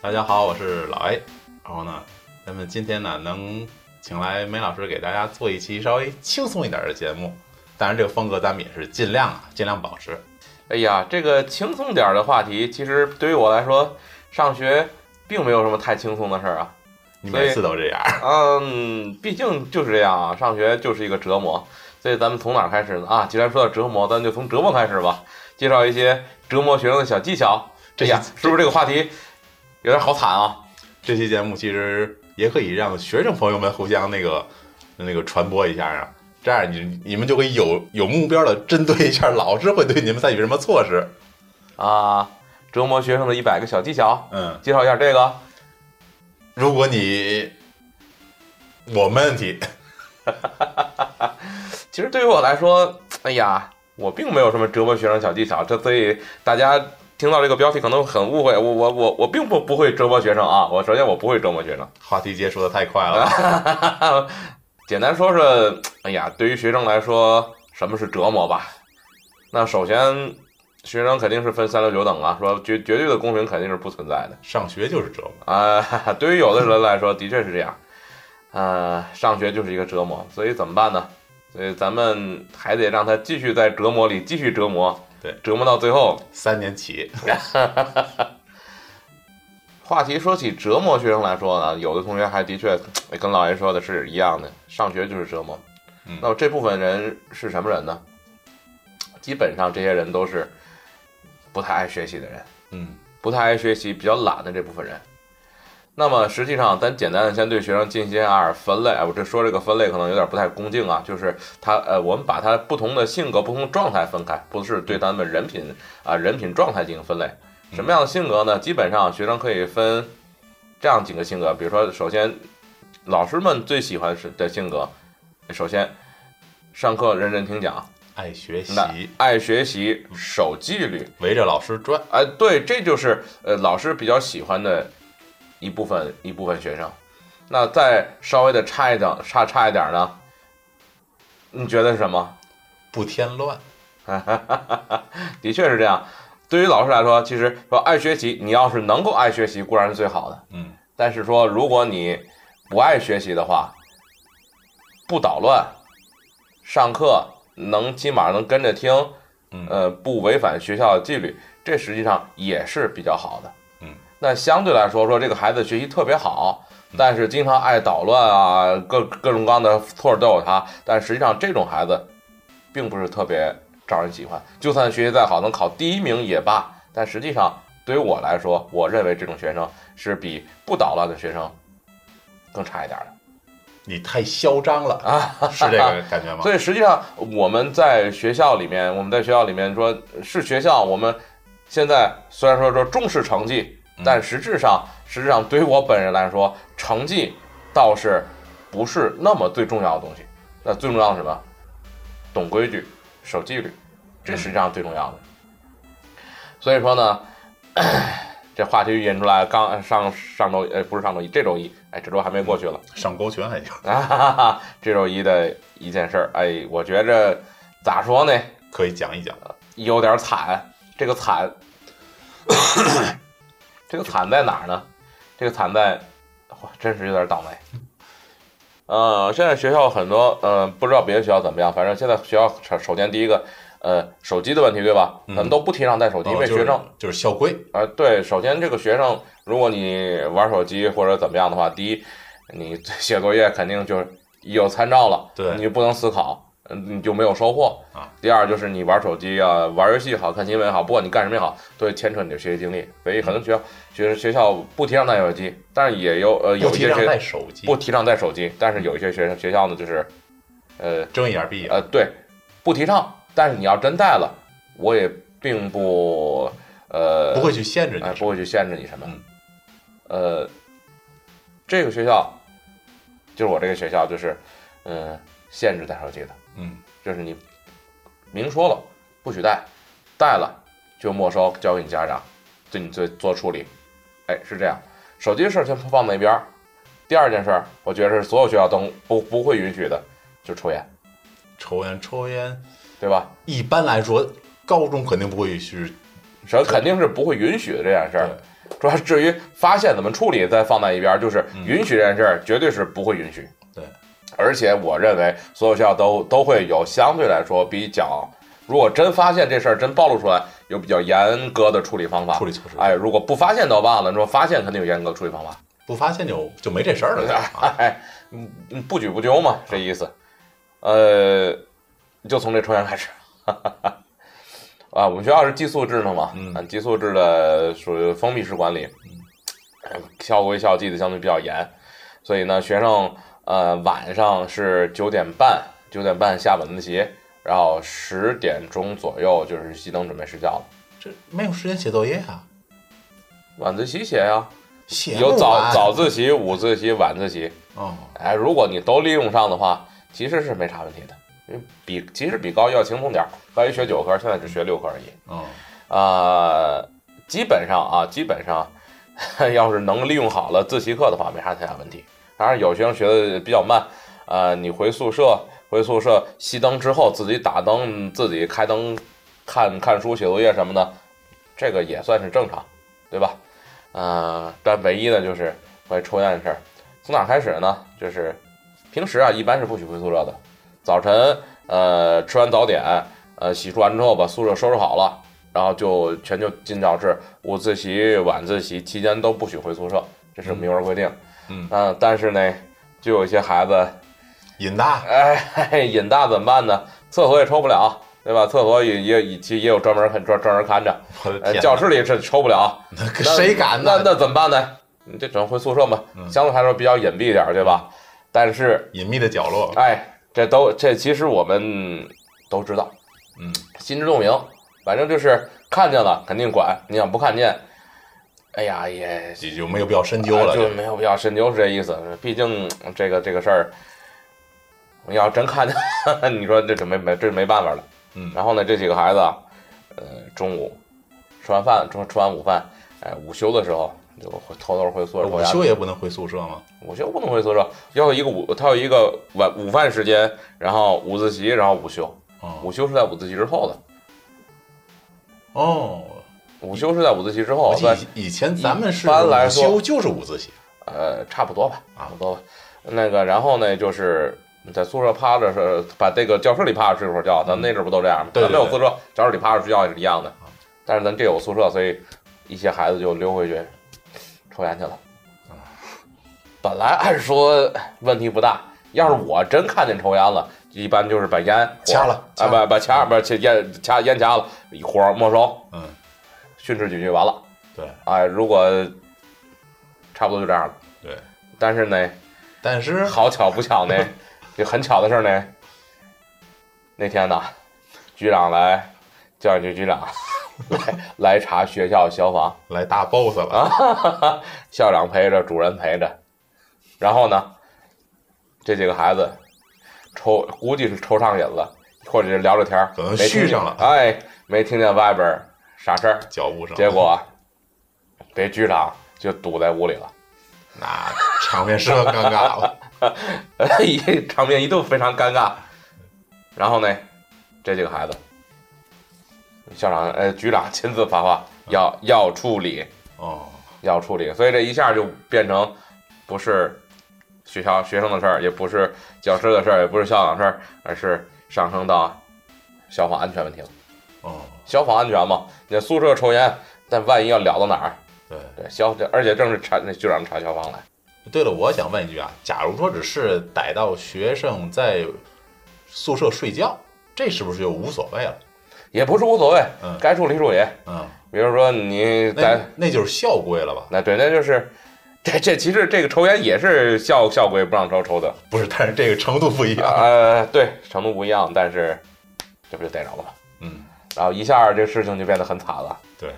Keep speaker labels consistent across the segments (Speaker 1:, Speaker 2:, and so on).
Speaker 1: 大家好，我是老 A。然后呢，咱们今天呢能请来梅老师给大家做一期稍微轻松一点的节目，当然这个风格咱们也是尽量啊，尽量保持。
Speaker 2: 哎呀，这个轻松点儿的话题，其实对于我来说，上学并没有什么太轻松的事儿啊。
Speaker 1: 你每次都这样，
Speaker 2: 嗯，毕竟就是这样啊，上学就是一个折磨。所以咱们从哪儿开始呢？啊，既然说到折磨，咱就从折磨开始吧。介绍一些折磨学生的小技巧。
Speaker 1: 这
Speaker 2: 哎呀，是不是这个话题有点好惨啊？
Speaker 1: 这期节目其实也可以让学生朋友们互相那个那个传播一下啊，这样你你们就会有有目标的针对一下老师会对你们采取什么措施。
Speaker 2: 啊，折磨学生的一百个小技巧，
Speaker 1: 嗯，
Speaker 2: 介绍一下这个。
Speaker 1: 如果你我没问题，
Speaker 2: 其实对于我来说，哎呀，我并没有什么折磨学生小技巧，这所以大家听到这个标题可能很误会，我我我我并不不会折磨学生啊，我首先我不会折磨学生，
Speaker 1: 话题结束的太快了。
Speaker 2: 简单说说，哎呀，对于学生来说，什么是折磨吧？那首先，学生肯定是分三六九等啊，说绝绝对的公平肯定是不存在的。
Speaker 1: 上学就是折磨。
Speaker 2: 啊、 哈哈，对于有的人来说，的确是这样。呃，上学就是一个折磨，所以怎么办呢？所以咱们还得让他继续在折磨里继续折磨，
Speaker 1: 对，
Speaker 2: 折磨到最后。
Speaker 1: 三年起，
Speaker 2: 话题说起折磨学生来说呢，有的同学还的确跟老爷说的是一样的，上学就是折磨。
Speaker 1: 嗯
Speaker 2: 那么这部分人是什么人呢？基本上这些人都是不太爱学习的人。
Speaker 1: 嗯，
Speaker 2: 不太爱学习、比较懒的这部分人。那么实际上，咱简单的先对学生进行一下分类。哎，我这说这个分类可能有点不太恭敬啊，就是他呃，我们把他不同的性格、不同状态分开，不是对他们人品啊、人品状态进行分类。什么样的性格呢？基本上学生可以分这样几个性格，比如说，首先老师们最喜欢是的性格，首先上课认真听讲，
Speaker 1: 爱学习，
Speaker 2: 那爱学习，守纪律，
Speaker 1: 围着老师转。
Speaker 2: 哎，对，这就是呃老师比较喜欢的一部分一部分学生。那再稍微的差一点，差差一点呢？你觉得是什么？
Speaker 1: 不添乱，
Speaker 2: 的确是这样。对于老师来说，其实说爱学习，你要是能够爱学习，固然是最好的。
Speaker 1: 嗯，
Speaker 2: 但是说如果你不爱学习的话，不捣乱，上课能起码能跟着听
Speaker 1: 嗯，
Speaker 2: 呃，不违反学校的纪律，这实际上也是比较好的。
Speaker 1: 嗯，
Speaker 2: 那相对来说，说这个孩子学习特别好，
Speaker 1: 嗯
Speaker 2: 但是经常爱捣乱啊，各各种各样的错都有他，但实际上这种孩子并不是特别招人喜欢。就算学习再好，能考第一名也罢，但实际上对于我来说，我认为这种学生是比不捣乱的学生更差一点的。
Speaker 1: 你太嚣张了啊，是这个感觉吗？
Speaker 2: 所以实际上我们在学校里面，我们在学校里面说是学校，我们现在虽然说说重视成绩，但实质上实质上对于我本人来说，成绩倒是不是那么最重要的东西。那最重要的是什么？懂规矩，守纪律，这实际上最重要的。所以说呢， 这话题引出来，刚上上周呃不是上周一，这周一，哎这周还没过去了。
Speaker 1: 上勾拳还行，
Speaker 2: 啊哈哈哈，这周一的一件事儿，哎，我觉着咋说呢，
Speaker 1: 可以讲一讲。
Speaker 2: 呃有点惨。这个惨， 这个惨在哪儿呢？这个惨在，哇，真是有点倒霉。呃，现在学校很多，呃，不知道别的学校怎么样，反正现在学校首首先第一个，呃，手机的问题，对吧？
Speaker 1: 嗯
Speaker 2: 咱们都不提倡带手机，因为学生
Speaker 1: 哦就是就是校规，
Speaker 2: 啊，对，首先这个学生，如果你玩手机或者怎么样的话，第一，你写作业肯定就是有参照了，
Speaker 1: 对
Speaker 2: 你就不能思考，嗯，你就没有收获
Speaker 1: 啊。
Speaker 2: 第二就是你玩手机啊，玩游戏也好看新闻也好，不管你干什么也好，都会牵扯你的学习经历。所以很多学校学学校不提倡带手机，但是也有呃有
Speaker 1: 不
Speaker 2: 一
Speaker 1: 提
Speaker 2: 些
Speaker 1: 倡带
Speaker 2: 学
Speaker 1: 手机，
Speaker 2: 不提倡带手机，但是有一些学生学校呢就是，呃，
Speaker 1: 睁一眼闭一眼。
Speaker 2: 呃，对，不提倡。但是你要真带了，我也并不呃
Speaker 1: 不会去限制
Speaker 2: 哎，
Speaker 1: 你，
Speaker 2: 不会去限制你什么
Speaker 1: 嗯。
Speaker 2: 呃，这个学校，就是我这个学校，就是嗯、呃限制带手机的，
Speaker 1: 嗯，
Speaker 2: 就是你明说了不许带，带了就没收，交给你家长，对你做做处理。哎，是这样。手机的事儿先放那边儿。第二件事儿，我觉得是所有学校都不不会允许的，就是抽烟，
Speaker 1: 抽烟抽烟，
Speaker 2: 对吧？
Speaker 1: 一般来说，高中肯定不会去，
Speaker 2: 这肯定是不会允许的这件事儿。主要至于发现怎么处理，再放在一边儿，就是
Speaker 1: 嗯
Speaker 2: 允许这件事儿绝对是不会允许。
Speaker 1: 对，
Speaker 2: 而且我认为所有学校都都会有相对来说比较，如果真发现这事儿真暴露出来，有比较严格的处理方法
Speaker 1: 处。理措施，
Speaker 2: 哎，如果不发现都忘了，你说发现肯定有严格处理方法。
Speaker 1: 不发现就就没这事儿了。啊
Speaker 2: 哎，嗯嗯不举不纠嘛，这意思。呃，就从这抽烟开始。 啊，我们学校是寄宿制的嘛，
Speaker 1: 嗯
Speaker 2: 啊寄宿制的属于封闭式管理，哎校规校纪的相对比较严，所以呢，学生呃晚上是九点半，九点半下晚自习，然后十点钟左右就是熄灯准备睡觉了。
Speaker 1: 这没有时间写作业啊，
Speaker 2: 晚自习写呀、
Speaker 1: 写不
Speaker 2: 有早
Speaker 1: 完
Speaker 2: 早自习、午自习、晚自习，
Speaker 1: 哦，
Speaker 2: 哎，如果你都利用上的话，其实是没啥问题的，因为比其实比高一要轻松点儿。高一学九科，现在只学六科而已。
Speaker 1: 哦，
Speaker 2: 啊，基本上啊，基本上 要是能利用好了自习课的话，没啥太大问题。当然，有学生学的比较慢，呃，你回宿舍，回宿舍熄灯之后自己打灯，自己开灯看看书、写作业什么的，这个也算是正常，对吧？呃，但唯一的就是关于抽烟的事儿，从哪儿开始呢？就是平时啊，一般是不许回宿舍的。早晨，呃，吃完早点，呃，洗漱完之后，把宿舍收拾好了，然后就全就进教室，午自习、晚自习期间都不许回宿舍，这是明文规定。
Speaker 1: 嗯
Speaker 2: 呃但是呢，就有一些孩子，
Speaker 1: 瘾大，
Speaker 2: 哎，瘾大怎么办呢？厕所也抽不了，对吧？厕所也也也其实也有专门看专专人看着，
Speaker 1: 我的
Speaker 2: 呃，
Speaker 1: 天，
Speaker 2: 教室里是抽不了，
Speaker 1: 那谁敢
Speaker 2: 那
Speaker 1: 呢？
Speaker 2: 那怎么办呢？你这只能回宿舍嘛，
Speaker 1: 嗯
Speaker 2: 相对来说比较隐蔽一点儿，对吧？但是
Speaker 1: 隐秘的角落，
Speaker 2: 哎，这都这其实我们都知道，
Speaker 1: 嗯，
Speaker 2: 心知肚明，反正就是看见了肯定管，你想不看见，哎呀也
Speaker 1: 也就没有必要深究了。
Speaker 2: 哎就没有必要深究是这意思。毕竟嗯这个这个事儿，我要真看见， 你说这这没没这没办法了。
Speaker 1: 嗯
Speaker 2: 然后呢，这几个孩子啊，呃，中午吃完饭，中吃完午饭，哎，午休的时候就会偷偷回宿舍抽
Speaker 1: 哦午
Speaker 2: 烟。
Speaker 1: 休也不能回宿舍吗？
Speaker 2: 午休不能回宿舍，要有一个午，他有一个晚午饭时间，然后午自习，然后午休。
Speaker 1: 哦
Speaker 2: 午休是在午自习之后的，
Speaker 1: 哦，
Speaker 2: 午休是在午自习之后
Speaker 1: 我，
Speaker 2: 在
Speaker 1: 记以以前咱们是
Speaker 2: 一般来
Speaker 1: 午
Speaker 2: 说
Speaker 1: 休就是午自习，
Speaker 2: 呃，差不多吧，差不多吧。那个，然后呢，就是你在宿舍趴着是把这个教室里趴着睡会儿觉，咱那阵儿不都这样吗？
Speaker 1: 对对
Speaker 2: 咱们
Speaker 1: 对
Speaker 2: 有宿舍，教室里趴着睡觉也是一样的。但是咱这有宿舍，所以一些孩子就溜回去抽烟去了。本来按说问题不大，要是我真看见抽烟了，一般就是把烟火
Speaker 1: 掐了掐
Speaker 2: 啊，把把掐把烟掐烟掐了，火没收，
Speaker 1: 嗯，
Speaker 2: 训斥几句完了。
Speaker 1: 对。
Speaker 2: 哎，如果差不多就这样了。
Speaker 1: 对，
Speaker 2: 但是呢，
Speaker 1: 但是
Speaker 2: 好巧不巧呢，就很巧的事儿呢，那天呢，局长来，教育局局长来来查学校消防，
Speaker 1: 来大 boss 了，
Speaker 2: 啊校长陪着，主任陪着，然后呢，这几个孩子抽，估计是抽上瘾了，或者是聊着天儿
Speaker 1: 可能
Speaker 2: 没听
Speaker 1: 续上了
Speaker 2: 哎，没听见外边儿啥事儿，
Speaker 1: 脚步声，
Speaker 2: 结果被局长就堵在屋里了。
Speaker 1: 那场面十分尴尬了。
Speaker 2: 一场面一度非常尴尬。然后呢，这几个孩子，校长呃局长亲自发话，要要处理，
Speaker 1: 哦，
Speaker 2: 要处理，所以这一下就变成不是学校学生的事儿，也不是教师的事儿，也不是校长的事儿，而是上升到消防安全问题了。
Speaker 1: 哦，
Speaker 2: 消防安全嘛，你在宿舍抽烟，但万一要聊到哪儿？
Speaker 1: 对。
Speaker 2: 对，消而且正是查那局长查消防来，
Speaker 1: 对了，我想问一句啊，假如说只是逮到学生在宿舍睡觉，这是不是就无所谓了？
Speaker 2: 也不是无所谓
Speaker 1: 嗯，
Speaker 2: 该处理处理。
Speaker 1: 嗯，
Speaker 2: 比如说你在
Speaker 1: 那那就是校规了吧？
Speaker 2: 那对，那就是 这这其实这个抽烟也是校校规不让抽抽的，
Speaker 1: 不是，但是这个程度不一样。
Speaker 2: 呃，对，程度不一样，但是这不就逮着了吗？
Speaker 1: 嗯，
Speaker 2: 然后一下这事情就变得很惨了，
Speaker 1: 对，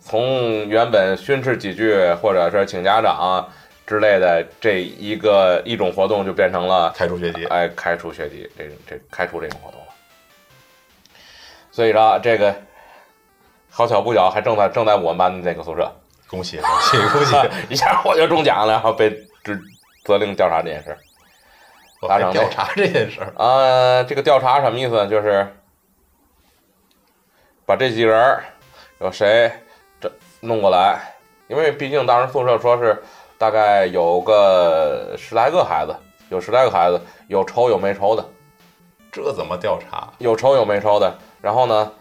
Speaker 2: 从原本训斥几句或者是请家长之类的这一个一种活动，就变成了
Speaker 1: 开除学籍。
Speaker 2: 哎开除学籍这种这开除这种活动了。所以说这个好巧不巧，还正在正在我们班的那个宿舍，
Speaker 1: 恭喜恭喜恭喜！
Speaker 2: 一下我就中奖了，然后被指责令调查这件事。
Speaker 1: 我还调查这件事儿。
Speaker 2: 呃，这个调查什么意思呢？就是把这几个人儿有谁这弄过来，因为毕竟当时宿舍说是大概有个十来个孩子，有十来个孩子，有抽有没抽的，
Speaker 1: 这怎么调查？
Speaker 2: 有抽有没抽的。然后呢，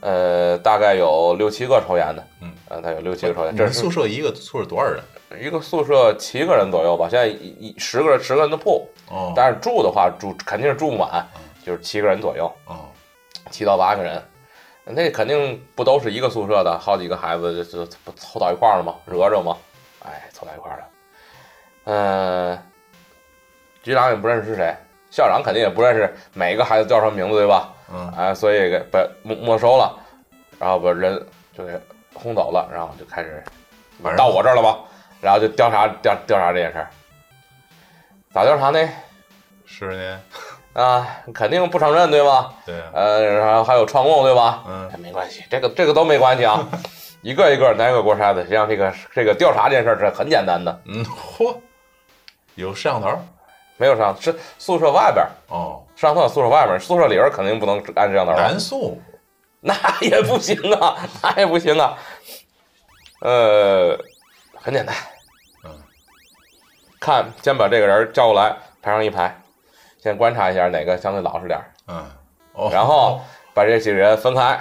Speaker 2: 呃，大概有六七个抽烟的，
Speaker 1: 嗯，
Speaker 2: 呃，他有六七个抽烟，
Speaker 1: 你
Speaker 2: 这
Speaker 1: 们
Speaker 2: 是
Speaker 1: 宿舍一个宿舍多少人？
Speaker 2: 一个宿舍七个人左右吧，现在一一十个人十个人的铺，
Speaker 1: 哦，
Speaker 2: 但是住的话住肯定是住不满，就是七个人左右，
Speaker 1: 哦，
Speaker 2: 七到八个人，那肯定不都是一个宿舍的，好几个孩子就就不凑到一块儿了吗？惹着吗？哎，凑到一块儿了。嗯、局长也不认识是谁，校长肯定也不认识每个孩子叫什么名字，对吧？
Speaker 1: 嗯，
Speaker 2: 哎，所以给把没没收了，然后把人就给轰走了，然后就开始
Speaker 1: 反正
Speaker 2: 到我这儿了吧，然后就调查调调查这件事儿，咋调查呢？
Speaker 1: 是呢，
Speaker 2: 啊，肯定不承认对吧？
Speaker 1: 对啊，
Speaker 2: 呃，然后还有串供对吧？
Speaker 1: 嗯，
Speaker 2: 没关系，这个这个都没关系啊，一个一个挨个锅筛子。实际上这个这个调查这件事儿是很简单的，
Speaker 1: 嗯，嚯，有摄像头儿
Speaker 2: 没有上是宿舍外边儿，
Speaker 1: 哦，
Speaker 2: 上厕所宿舍外边儿，宿舍里边儿肯定不能按摄像头啊。
Speaker 1: 男宿
Speaker 2: 那也不行啊， 那也不行啊。呃，很简单，
Speaker 1: 嗯，
Speaker 2: 看，先把这个人叫过来，排上一排，先观察一下哪个相对老实点儿，
Speaker 1: 嗯，哦，
Speaker 2: 然后把这几个人分开，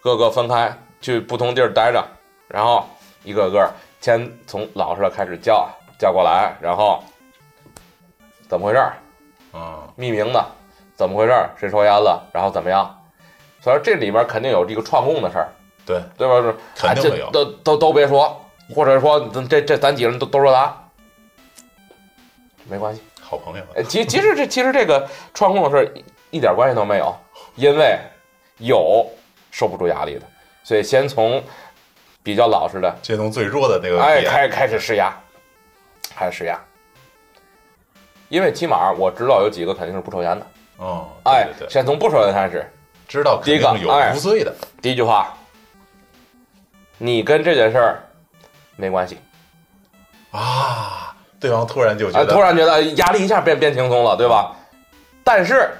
Speaker 2: 各个分开去不同地儿待着，然后一个个先从老实的开始叫叫过来，然后怎么回事儿？
Speaker 1: 嗯，
Speaker 2: 匿名的，怎么回事儿？谁抽烟了？然后怎么样？所以说这里边肯定有这个串供的事儿，
Speaker 1: 对，
Speaker 2: 对吧？是
Speaker 1: 肯定会有
Speaker 2: 哎这都都都别说，或者说这这这咱几个人都都说他，没关系。
Speaker 1: 好朋友，
Speaker 2: 哎其其实这其实这个串供的事儿一点关系都没有，因为有受不住压力的，所以先从比较老实的，
Speaker 1: 先从最弱的那个
Speaker 2: 哎，
Speaker 1: 点
Speaker 2: 开开始施压，开始施压。因为起码我知道有几个肯定是不抽烟的，
Speaker 1: 哦，对
Speaker 2: 哎
Speaker 1: 对，对，
Speaker 2: 先从不抽烟开始，
Speaker 1: 知道肯
Speaker 2: 第一个
Speaker 1: 定有
Speaker 2: 哎
Speaker 1: 无罪的，
Speaker 2: 第一句话，你跟这件事儿没关系
Speaker 1: 啊，对方突然就
Speaker 2: 啊、
Speaker 1: 觉得，
Speaker 2: 突然觉得压力一下变变轻松了，对吧？但是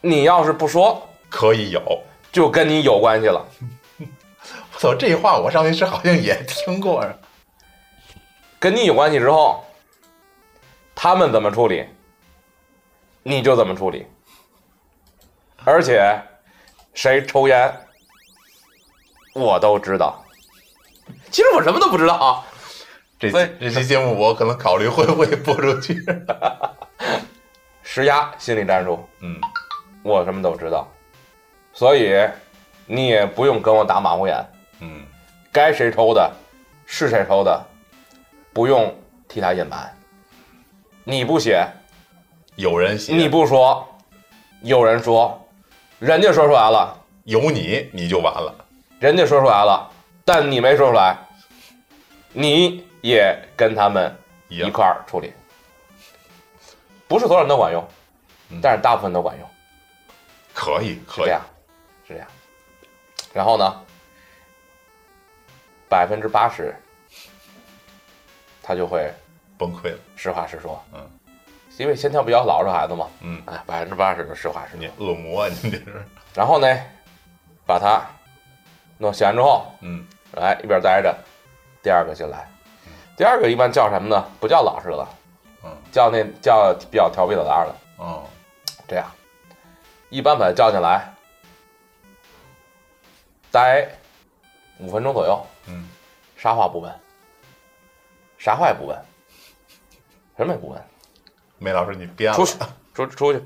Speaker 2: 你要是不说，
Speaker 1: 可以有，我
Speaker 2: 就跟你有关系了。
Speaker 1: 操，这话我上回是好像也听过，啊
Speaker 2: 跟你有关系之后，他们怎么处理，你就怎么处理。而且，谁抽烟，我都知道。其实我什么都不知道啊。
Speaker 1: 这
Speaker 2: 所以
Speaker 1: 这期节目我可能考虑会不会播出去，
Speaker 2: 施压心理战术，
Speaker 1: 嗯，
Speaker 2: 我什么都知道，所以你也不用跟我打马虎眼，
Speaker 1: 嗯，
Speaker 2: 该谁抽的，是谁抽的，不用替他隐瞒。你不写，
Speaker 1: 有人写，
Speaker 2: 你不说，有人说，人家说出来了，
Speaker 1: 有你你就完了，
Speaker 2: 人家说出来了，但你没说出来，你也跟他们
Speaker 1: 一
Speaker 2: 一
Speaker 1: 样，
Speaker 2: 块儿处理。不是所有人都管用
Speaker 1: 嗯，
Speaker 2: 但是大部分都管用。
Speaker 1: 可以可
Speaker 2: 是这
Speaker 1: 以
Speaker 2: 样，是这样。然后呢，百分之八十，他就会
Speaker 1: 崩溃了，
Speaker 2: 实话实说。
Speaker 1: 嗯，
Speaker 2: 因为先挑比较老实孩子嘛。
Speaker 1: 嗯，
Speaker 2: 哎，百分之八十就实话实
Speaker 1: 你
Speaker 2: 说。
Speaker 1: 恶魔啊，你这 是，
Speaker 2: 然后呢，把他弄洗完之后，
Speaker 1: 嗯，
Speaker 2: 来一边待着，第二个进来。第二个一般叫什么呢？不叫老实的了，
Speaker 1: 嗯，
Speaker 2: 叫那叫比较调皮捣蛋的。
Speaker 1: 哦，
Speaker 2: 这样，一般把他叫进来，待五分钟左右，
Speaker 1: 嗯，
Speaker 2: 啥话不问，啥话也不问，什么也不问，
Speaker 1: 梅老师你变了
Speaker 2: 出，去，出出去，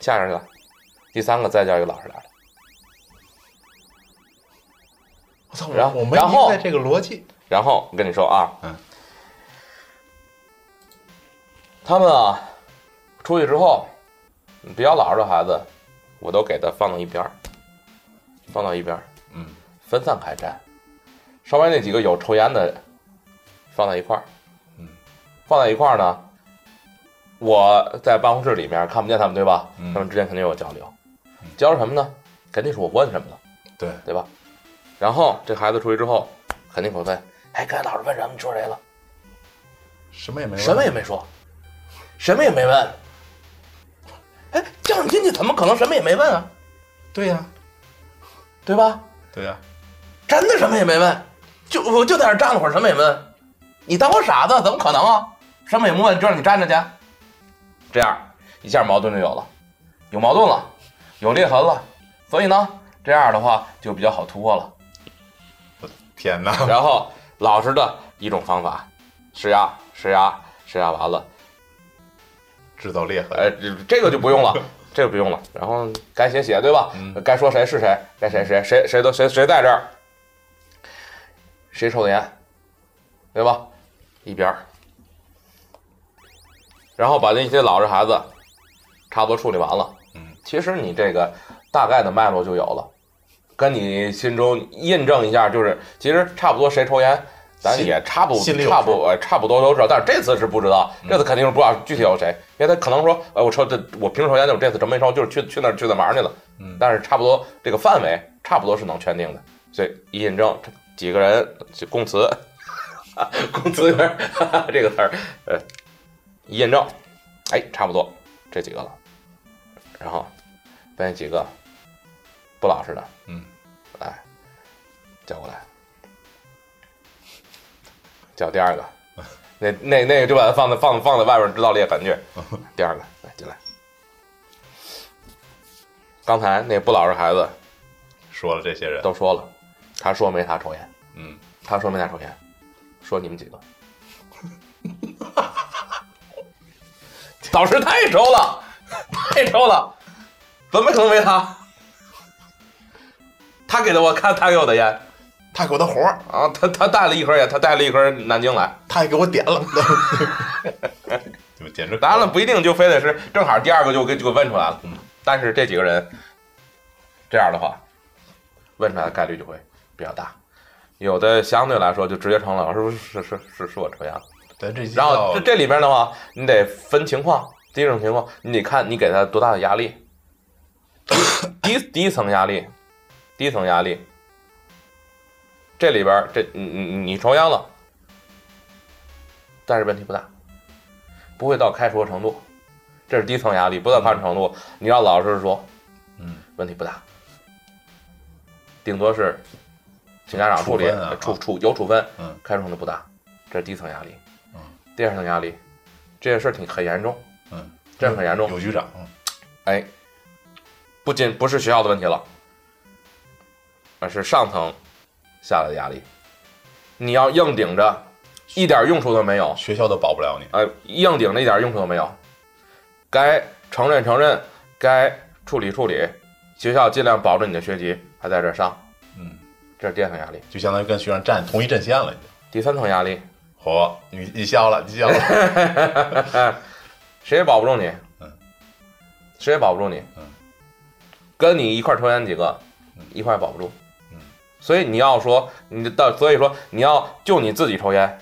Speaker 2: 下人去了。第三个再叫一个老实点儿的，
Speaker 1: 我操，
Speaker 2: 然后
Speaker 1: 我我没
Speaker 2: 然后
Speaker 1: 明白这个逻辑，
Speaker 2: 然后我跟你说啊，
Speaker 1: 嗯，
Speaker 2: 他们啊，出去之后，比较老实的孩子，我都给他放到一边儿，放到一边儿。
Speaker 1: 嗯，
Speaker 2: 分散开站，稍微那几个有抽烟的放在一块儿，
Speaker 1: 嗯，
Speaker 2: 放在一块儿呢，我在办公室里面看不见他们，对吧？
Speaker 1: 嗯
Speaker 2: 他们之间肯定有交流，交流什么呢？肯定是我问什么了，
Speaker 1: 对，
Speaker 2: 对吧？然后这孩子出去之后，肯定会问，哎，刚才老师问什么？你说谁了？
Speaker 1: 什么也没问，
Speaker 2: 什么也没说，什么也没问。哎，叫你进去怎么可能什么也没问啊？
Speaker 1: 对呀、
Speaker 2: 对吧？
Speaker 1: 对呀、
Speaker 2: 真的什么也没问，
Speaker 3: 就我就在那儿站了会儿，什么也没问。你当我傻子？怎么可能啊？什么也不问，就让你站着去。这样一下矛盾就有了，有矛盾了，有裂痕了。所以呢，这样的话就比较好突破了。
Speaker 1: 天哪！
Speaker 2: 然后老实的一种方法，施压，施压，施压完了，
Speaker 1: 制造裂痕，
Speaker 2: 哎，这这个就不用了，这个不用了。然后该写写，对吧？
Speaker 1: 嗯
Speaker 2: 该说谁是谁，该谁谁谁谁都谁谁在这儿，谁抽的烟，对吧？一边儿，然后把那些老实孩子差不多处理完了。
Speaker 1: 嗯，
Speaker 2: 其实你这个大概的脉络就有了，跟你心中印证一下，就是其实差不多谁抽烟。咱
Speaker 1: 心
Speaker 2: 也差不
Speaker 1: 心里有嗯
Speaker 2: 差不呃差不多都知道，但是这次是不知道，这次肯定是不知道具体有谁，因为他可能说，哎，我抽这我平时抽烟，但我这次真没抽，就是去去那儿去那儿玩儿去了，
Speaker 1: 嗯
Speaker 2: 但是差不多这个范围差不多是能确定的，所以一印证这几个人就供词， 供词有点儿 这个词儿，呃，一印证，哎，差不多这几个了，然后把那几个不老实的，
Speaker 1: 嗯，
Speaker 2: 来叫过来，叫第二个，那那那个就把它放在放放在外边制造裂痕去，第二个来哎进来。刚才那不老实孩子
Speaker 1: 说了这些人，
Speaker 2: 都说了，他说没他抽烟，
Speaker 1: 嗯，
Speaker 2: 他说没他抽烟，说你们几个，导师太抽了，太抽了，怎么可能没他？他给的我看他给我的烟
Speaker 1: 他给我的活儿，
Speaker 2: 啊，他他带了一盒烟，他带了一盒南京来，
Speaker 1: 他还给我点了， 就简直
Speaker 2: 当然了，不一定就非得是正好第二个就给就给问出来了，嗯但是这几个人这样的话，问出来的概率就会比较大。有的相对来说就直接成了，是不是是是是是我抽烟了？
Speaker 1: 咱这期
Speaker 2: 然后
Speaker 1: 要
Speaker 2: 这这里边的话，你得分情况。第一种情况，你得看你给他多大的压力。第一第一层压力，第一层压力，这里边儿这你你你抽烟了，但是问题不大，不会到开除的程度，这是第一层压力，不到开除程度，你要老实说，
Speaker 1: 嗯，
Speaker 2: 问题不大，顶多是请家长处理
Speaker 1: 处分啊
Speaker 2: 处处有处分，
Speaker 1: 嗯，
Speaker 2: 开除程度不大，这是第一层压力，
Speaker 1: 嗯，
Speaker 2: 第二层压力，这件事儿挺很严重，
Speaker 1: 嗯，
Speaker 2: 这很严重，
Speaker 1: 有局长，嗯
Speaker 2: 哎，不仅不是学校的问题了，而是上层下来的压力。你要硬顶着，一点用处都没有。
Speaker 1: 学校都保不了你，
Speaker 2: 呃，硬顶着一点用处都没有。该承认承认，该处理处理。学校尽量保证你的学籍还在这儿上，
Speaker 1: 嗯，
Speaker 2: 这是第二层压力。
Speaker 1: 就相当于跟学生站同一阵线了，已经。
Speaker 2: 第三层压力，
Speaker 1: 嚯，你你笑了，你笑 了，
Speaker 2: 谁也保不住你，
Speaker 1: 嗯，
Speaker 2: 谁也保不住你，
Speaker 1: 嗯，
Speaker 2: 跟你一块儿抽烟几个，
Speaker 1: 嗯
Speaker 2: 一块儿也保不住，
Speaker 1: 嗯，
Speaker 2: 所以你要说你到，所以说你要就你自己抽烟，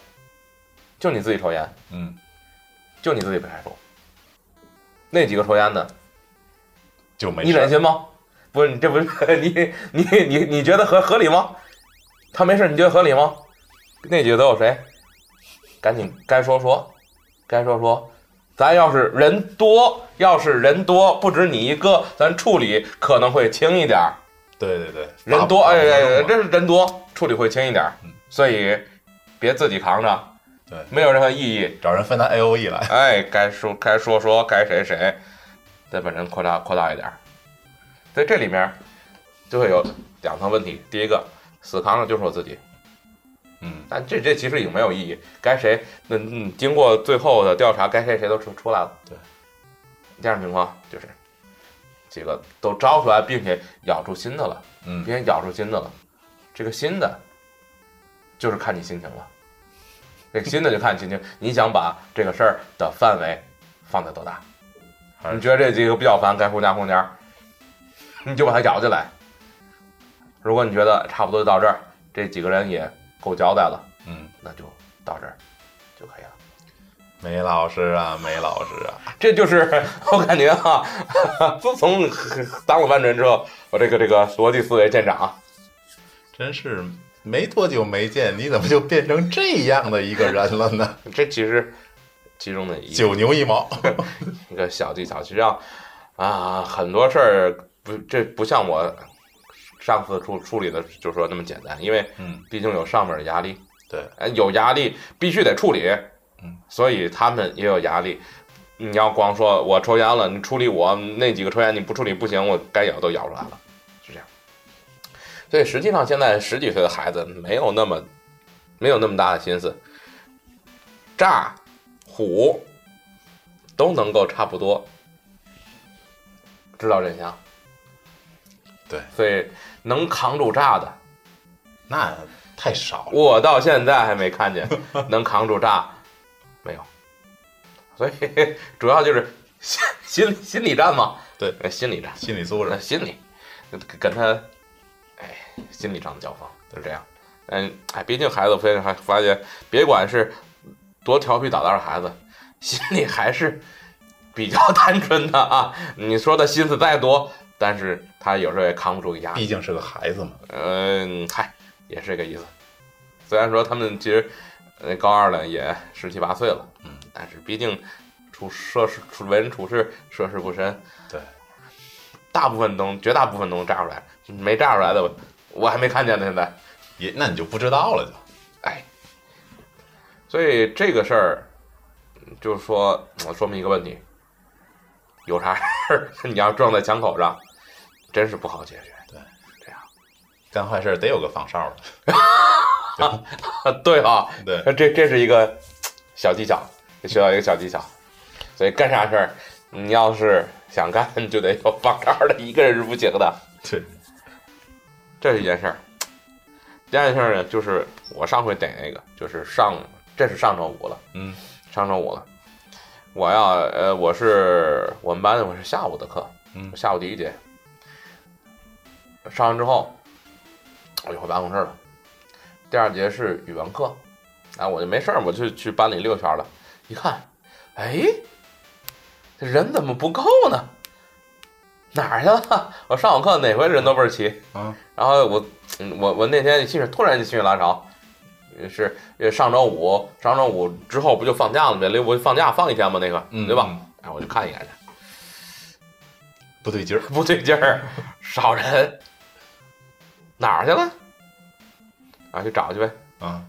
Speaker 2: 就你自己抽烟，
Speaker 1: 嗯，
Speaker 2: 就你自己被开除，那几个抽烟的，
Speaker 1: 就没
Speaker 2: 你
Speaker 1: 事
Speaker 2: 忍
Speaker 1: 儿。
Speaker 2: 心吗？不是你这不是 你你你你觉得合合理吗？他没事，你觉得合理吗？那几个都有谁？赶紧该说说，该说说。咱要是人多，要是人多，不止你一个，咱处理可能会轻一点儿。
Speaker 1: 对对对，
Speaker 2: 人多，
Speaker 1: 打
Speaker 2: 哎
Speaker 1: 不
Speaker 2: 哎
Speaker 1: 打
Speaker 2: 哎，
Speaker 1: 不动了
Speaker 2: 这是人多，处理会轻一点儿
Speaker 1: 啊嗯。
Speaker 2: 所以别自己扛着，
Speaker 1: 对
Speaker 2: 没有任何意义。
Speaker 1: 找人分担 A O E 来，
Speaker 2: 哎，该说该说说，该谁谁，再把人扩大扩大一点儿。在这里面就会有两层问题，第一个死扛着就是我自己，
Speaker 1: 嗯，
Speaker 2: 但这这其实已经没有意义，该谁那嗯，经过最后的调查，该谁谁都出出来了。
Speaker 1: 对，
Speaker 2: 第二种情况就是几个都招出来，并且咬住新的了，
Speaker 1: 嗯
Speaker 2: 并且咬住新的了，这个新的就是看你心情了。这个新的就看你心情，你想把这个事儿的范围放得多大？
Speaker 1: 还是
Speaker 2: 你觉得这几个比较烦，该公家公家，你就把它咬进来。如果你觉得差不多就到这儿，这几个人也够交代了，
Speaker 1: 嗯，
Speaker 2: 那就到这儿就可以了。
Speaker 1: 梅老师啊，梅老师啊，
Speaker 2: 这就是 我感觉哈、啊，自从当了班主任之后，我这个这个逻辑思维见长啊。
Speaker 1: 真是没多久没见，你怎么就变成这样的一个人了呢？
Speaker 2: 这其实其中的一
Speaker 1: 九牛一毛，
Speaker 2: 一个小技巧，实际上啊，很多事儿不这不像我上次处处理的就说那么简单，因为
Speaker 1: 嗯，
Speaker 2: 毕竟有上面的压力，
Speaker 1: 对，
Speaker 2: 哎，有压力必须得处理，
Speaker 1: 嗯，
Speaker 2: 所以他们也有压力。你要光说我抽烟了，你处理我那几个抽烟你不处理不行，我该咬都咬出来了，是这样。所以实际上现在十几岁的孩子没有那么没有那么大的心思，诈、虎都能够差不多知道真相。
Speaker 1: 对，
Speaker 2: 所以能扛住炸的，
Speaker 1: 那太少了。
Speaker 2: 我到现在还没看见能扛住炸，没有。所以 主要就是心心心理战嘛，哎
Speaker 1: 对，
Speaker 2: 心理战，
Speaker 1: 心理素
Speaker 2: 那
Speaker 1: 质，
Speaker 2: 心理跟他，哎，心理上的交锋就是这样。嗯，哎，毕竟孩子非还发现，别管是多调皮捣蛋的孩子，心里还是比较单纯的啊。你说他心思再多，但是他有时候也扛不住压力。
Speaker 1: 毕竟是个孩子嘛。
Speaker 2: 嗯，嗨，也是这个意思。虽然说他们其实，呃，高二了也十七八岁了，
Speaker 1: 嗯，
Speaker 2: 但是毕竟处涉世处为人处事涉世不深，
Speaker 1: 对，
Speaker 2: 大部分能绝大部分能炸出来，没炸出来的我我还没看见呢。现在，
Speaker 1: 也那你就不知道了就，
Speaker 2: 哎，所以这个事儿，就是说我说明一个问题，有啥事儿 你要撞在枪口上，真是不好解决。
Speaker 1: 干坏事儿得有个防哨的。
Speaker 2: 啊，对啊，
Speaker 1: 对，
Speaker 2: 这这是一个小技巧，学到一个小技巧。所以干啥事儿，你要是想干， 你就得有帮杆的，一个人是不行的。
Speaker 1: 对，
Speaker 2: 这是一件事儿。第二件事儿呢，就是我上回逮那个，就是上这是上周五了，
Speaker 1: 嗯，
Speaker 2: 上周五了。我要呃，我是我们班的，我是下午的课，
Speaker 1: 嗯
Speaker 2: 下午第一节。上完之后，我就回办公室了。第二节是语文课，啊，我就没事儿，我就去班里溜圈了。一看，哎，这人怎么不够呢？哪儿去了？ 我上午课哪回人都倍儿齐？
Speaker 1: 啊，
Speaker 2: 然后我嗯我我那天兴许突然就兴趣拉潮，也是也上周五上周五之后不就放假了吗？六不就放假放一天吗？那个、
Speaker 1: 嗯
Speaker 2: 对吧
Speaker 1: 嗯？
Speaker 2: 哎，我就看一眼去，
Speaker 1: 不对劲儿。
Speaker 2: 不对劲儿，少人，哪儿去了？啊，去找去呗，
Speaker 1: 啊，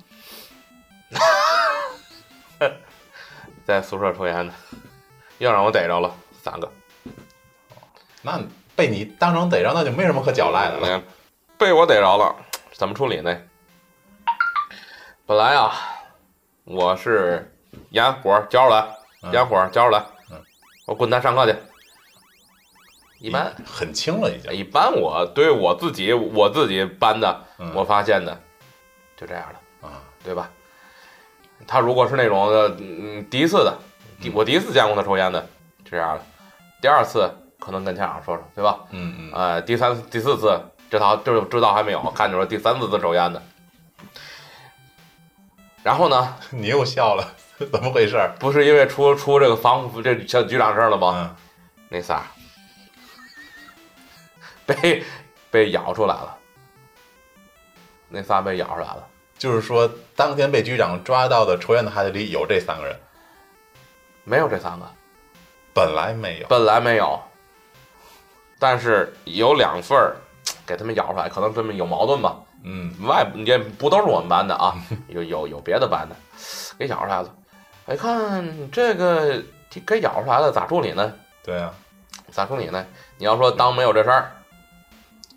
Speaker 2: 在宿舍抽烟的， 又让我逮着了三个，
Speaker 1: 那被你当成逮着，那就没什么可狡赖的了。
Speaker 2: 嗯被我逮着了，怎么处理呢？本来啊，我是烟火交出来，
Speaker 1: 嗯
Speaker 2: 烟火交出来
Speaker 1: 嗯，
Speaker 2: 我滚蛋上课去。一
Speaker 1: 一
Speaker 2: 般哎
Speaker 1: 很轻了，已经。
Speaker 2: 一般我对我自己我自己班的，
Speaker 1: 嗯
Speaker 2: 我发现的就这样了，
Speaker 1: 啊，
Speaker 2: 对吧？他如果是那种呃嗯第一次的，第
Speaker 1: 嗯
Speaker 2: 我第一次见过他抽烟的，就这样了。第二次可能跟家长说说，对吧？
Speaker 1: 嗯嗯
Speaker 2: 呃，第三、第四次，这套这这套还没有，看着说第三次自抽烟的。然后呢，，
Speaker 1: 你又笑了， 怎么回事儿？
Speaker 2: 不是因为出出这个防护这小局长事儿了吗？
Speaker 1: 嗯，
Speaker 2: 那仨被被咬出来了，那仨被咬出来了。
Speaker 1: 就是说当天被局长抓到的抽烟的孩子里有这三个人，
Speaker 2: 没有这三个，
Speaker 1: 本来没有。
Speaker 2: 本来没有，但是有两份儿给他们咬出来，可能他们有矛盾吧。
Speaker 1: 嗯，
Speaker 2: 外也不都是我们班的啊， 有有有别的班的，给咬出来了。哎，看这个这给咬出来了，咋处理呢？
Speaker 1: 对啊，
Speaker 2: 咋处理呢？你要说当没有这事儿，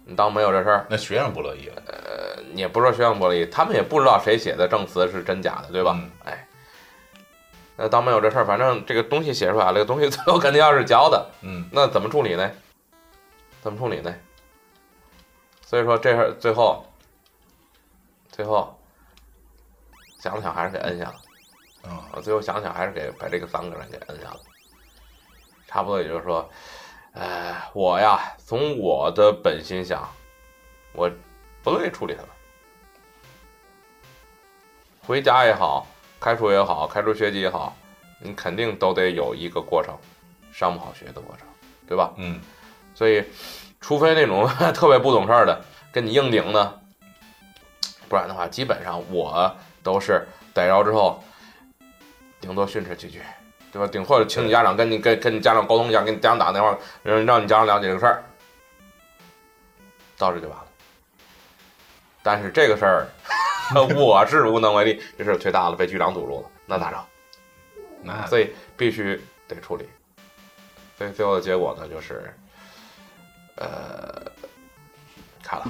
Speaker 2: 你当没有这事儿，
Speaker 1: 那学生不乐意了。
Speaker 2: 呃你也不说学校不利，他们也不知道谁写的证词是真假的，对吧？
Speaker 1: 嗯
Speaker 2: 哎，那当没有这事儿，反正这个东西写出来了，这个东西最后肯定要是交的，
Speaker 1: 嗯，
Speaker 2: 那怎么处理呢？怎么处理呢？所以说这事儿最后，最后想了想还是给摁下了。
Speaker 1: 啊，
Speaker 2: 我最后想想还是给把这个三个人给摁下了。差不多也就是说，呃，我呀，从我的本心想，我不乐意处理他们。回家也好，开除也好，开除学籍也好，你肯定都得有一个过程，上不好学的过程，对吧？
Speaker 1: 嗯，
Speaker 2: 所以，除非那种 特别不懂事儿的跟你硬顶的，不然的话，基本上我都是逮着之后，顶多训斥几句，对吧？顶或者请你家长跟你跟跟你家长沟通一下，跟你家长打个电话，让让你家长了解这个事儿，到这就完了。但是这个事儿， 我是无能为力，这事儿忒大了，被局长堵住了，那咋整？
Speaker 1: 那
Speaker 2: 所以必须得处理。所以最后的结果呢，就是，呃，开了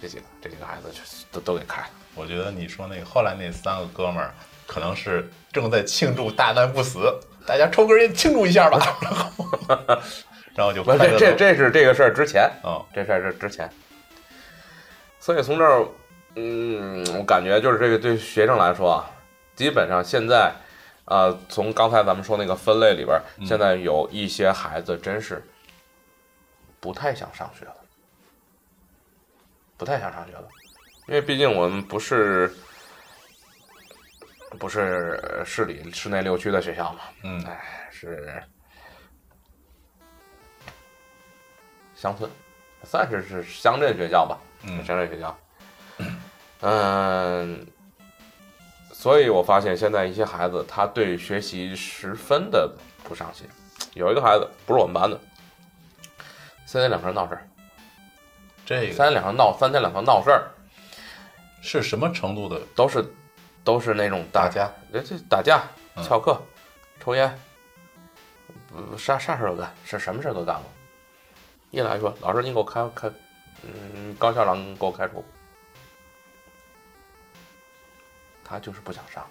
Speaker 2: 这几个这几个孩子就都都给开了。
Speaker 1: 我觉得你说那个后来那三个哥们儿，可能是正在庆祝大难不死，大家抽根烟庆祝一下吧， 然后然后就
Speaker 2: 不
Speaker 1: 快
Speaker 2: 是，
Speaker 1: 乐
Speaker 2: 这这
Speaker 1: 地
Speaker 2: 这是这个事儿之前，
Speaker 1: 嗯
Speaker 2: 这事儿是之前。所以从这儿，嗯，我感觉就是这个对学生来说啊，基本上现在，呃，从刚才咱们说那个分类里边儿，
Speaker 1: 嗯
Speaker 2: 现在有一些孩子真是不太想上学了，不太想上学了，因为毕竟我们不是不是市里市内六区的学校嘛，
Speaker 1: 嗯
Speaker 2: 哎，是乡村，算是是乡镇学校吧，
Speaker 1: 嗯
Speaker 2: 乡镇学校。嗯，所以我发现现在一些孩子他对学习十分的不上心。有一个孩子不是我们班的，三天两头闹事儿，
Speaker 1: 这个
Speaker 2: 三天两头闹，三天两头闹事儿，
Speaker 1: 是什么程度的
Speaker 2: 都是都是那种
Speaker 1: 打
Speaker 2: 大
Speaker 1: 架？
Speaker 2: 这这打架、
Speaker 1: 嗯
Speaker 2: 翘课、抽烟，呃啥啥事儿都干，是什么事儿都干过。一来说，老师你给我开开，嗯，高校长给我开除，他就是不想上，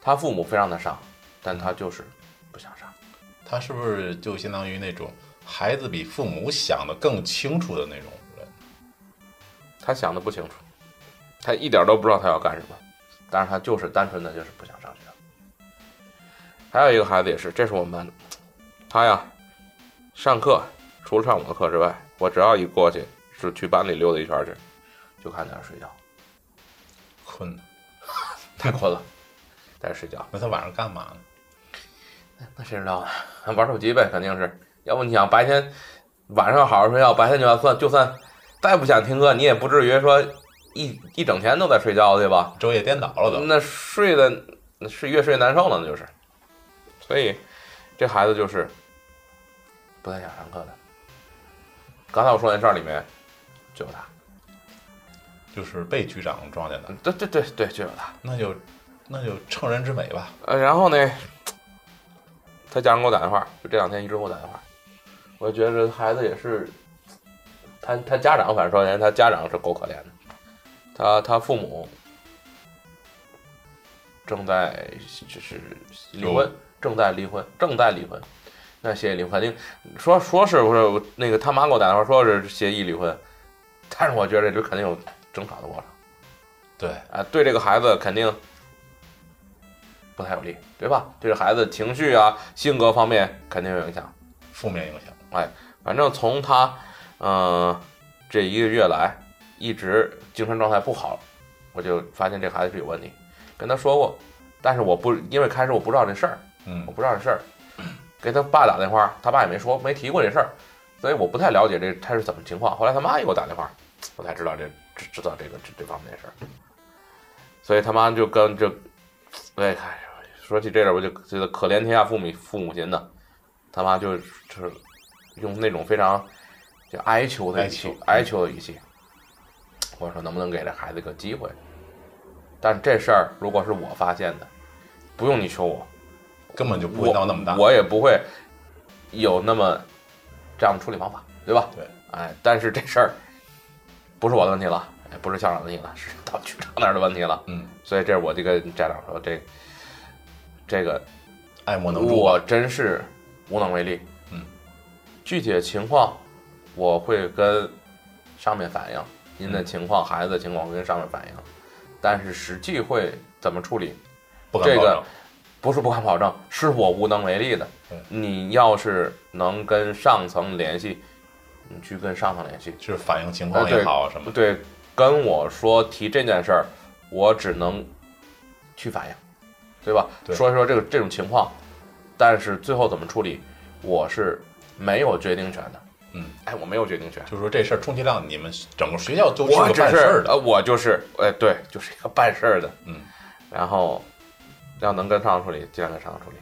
Speaker 2: 他父母非让他上，但他就是不想上。
Speaker 1: 他是不是就相当于那种孩子比父母想的更清楚的那种人？
Speaker 2: 他想的不清楚，他一点都不知道他要干什么，但是他就是单纯的就是不想上学。还有一个孩子也是，这是我们班的，他呀，上课除了上我的课之外，我只要一过去，就去班里溜达一圈去，就看在那儿睡觉，
Speaker 1: 困的，
Speaker 2: 太困了，在那儿睡觉。
Speaker 1: 那他晚上干嘛呢？
Speaker 2: 那谁知道啊？玩手机呗，肯定是。要不你想白天晚上好好睡觉，白天就要算，就算再不想听课，你也不至于说一一整天都在睡觉，对吧？
Speaker 1: 昼夜颠倒了都。
Speaker 2: 那睡的那是越睡越难受了，那就是。所以这孩子就是不太想上课的。刚才我说那事儿里面就有他，嗯
Speaker 1: 就是被局长撞见的，
Speaker 2: 对对对对，就有他。
Speaker 1: 那就那就乘人之美吧。
Speaker 2: 呃，然后呢，他家人给我打电话，就这两天一直给我打电话。我觉得孩子也是，他他家长反正说人，他家长是够可怜的，他他父母正在就是离婚
Speaker 1: 有，
Speaker 2: 正在离婚，正在离婚，那协议离婚，那说说是不是我那个他妈给我打电话说是协议离婚，但是我觉得这肯定有争吵的过程。
Speaker 1: 对，
Speaker 2: 啊，对这个孩子肯定不太有利，对吧？对这孩子情绪啊、性格方面肯定有影响。
Speaker 1: 负面影响。
Speaker 2: 反正从他，嗯、这一个月来一直精神状态不好，我就发现这孩子是有问题。跟他说过，但是我不因为开始我不知道这事儿，我
Speaker 1: 嗯，
Speaker 2: 不知道这事儿，给他爸打电话，他爸也没说没提过这事儿，所以我不太了解这他是怎么情况。后来他妈也给我打电话，我才知道这知知道这个这这方面的事儿，所以他妈就跟这，哎，哎说起这点儿我就觉得可怜天下父母父母心呐，他妈就就是用那种非常就哀求的语气
Speaker 1: 哀求
Speaker 2: 哀求的语气，我说能不能给这孩子个机会？但这事儿如果是我发现的，不用你求我，
Speaker 1: 根本就不会
Speaker 2: 我
Speaker 1: 闹那么大。
Speaker 2: 我也不会有那么这样的处理方法，对吧？
Speaker 1: 对，
Speaker 2: 哎，但是这事儿不是我的问题了，也不是校长的问题了， 是到局长那儿的问题了。
Speaker 1: 嗯，
Speaker 2: 所以这是我这个家长说这这个
Speaker 1: 爱莫能助。
Speaker 2: 我真是无能为力。
Speaker 1: 嗯，
Speaker 2: 具体的情况我会跟上面反映，您
Speaker 1: 嗯
Speaker 2: 的情况、孩子的情况会跟上面反映，但是实际会怎么处理，
Speaker 1: 不敢
Speaker 2: 这
Speaker 1: 保
Speaker 2: 个
Speaker 1: 证。
Speaker 2: 不是不敢保证，是我无能为力的
Speaker 1: 对。
Speaker 2: 你要是能跟上层联系，你去跟上层联系。
Speaker 1: 是反映情况也好什么
Speaker 2: 不
Speaker 1: 的，
Speaker 2: 呃对，跟我说提这件事儿，我只能去反映，对吧？
Speaker 1: 对
Speaker 2: 说一说这个这种情况，但是最后怎么处理，我是没有决定权的。
Speaker 1: 嗯，
Speaker 2: 哎，我没有决定权。
Speaker 1: 就是说这事儿充其量你们整个学校都是
Speaker 2: 我
Speaker 1: 个
Speaker 2: 只
Speaker 1: 办
Speaker 2: 是
Speaker 1: 事儿的。
Speaker 2: 呃，我就是，哎，对，就是一个办事儿的，
Speaker 1: 嗯，
Speaker 2: 然后要能跟上处理，尽量跟上处理。